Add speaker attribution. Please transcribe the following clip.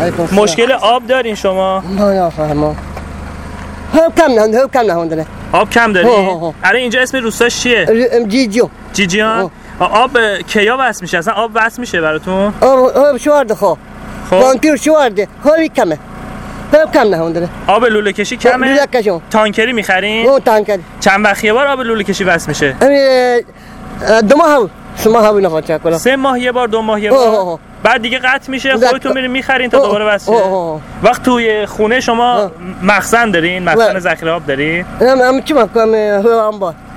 Speaker 1: علیکم السلام.
Speaker 2: مشکل آب دارین شما
Speaker 1: ما نفهمم هم کم نه هم کم نه هندنه
Speaker 2: آب کم داری
Speaker 1: آه، آه، آه.
Speaker 2: الان اینجا اسم روستاش چیه
Speaker 1: ام جی جو
Speaker 2: جیجیان آه، آب اه، کیا وصل میشه اصلا آب وصل میشه براتون
Speaker 1: ام ام شوارد خو
Speaker 2: خب
Speaker 1: بانکیر شوارد خوی کمه هم کم نه هندنه
Speaker 2: آب لوله کشی کمه
Speaker 1: لوله کشون
Speaker 2: تانکری میخرین
Speaker 1: اون تانکر
Speaker 2: چند وقت یه بار آب لوله کشی وصل میشه
Speaker 1: ام دو ماه هاو سما هاو نه خاطر کلا
Speaker 2: سه ماه یه بار دو ماه یه
Speaker 1: آه، آه،
Speaker 2: بار
Speaker 1: آه.
Speaker 2: بعد دیگه قطع میشه
Speaker 1: دقیقا.
Speaker 2: خودتون میرین میخرین تا
Speaker 1: آه، آه،
Speaker 2: دوباره وصل
Speaker 1: آه، آه،
Speaker 2: شه
Speaker 1: آه.
Speaker 2: وقت توی خونه شما
Speaker 1: آه.
Speaker 2: مخزن دارین مخزن
Speaker 1: بله.
Speaker 2: ذخیره آب دارین
Speaker 1: e, ام ام چی مکم هو آمبار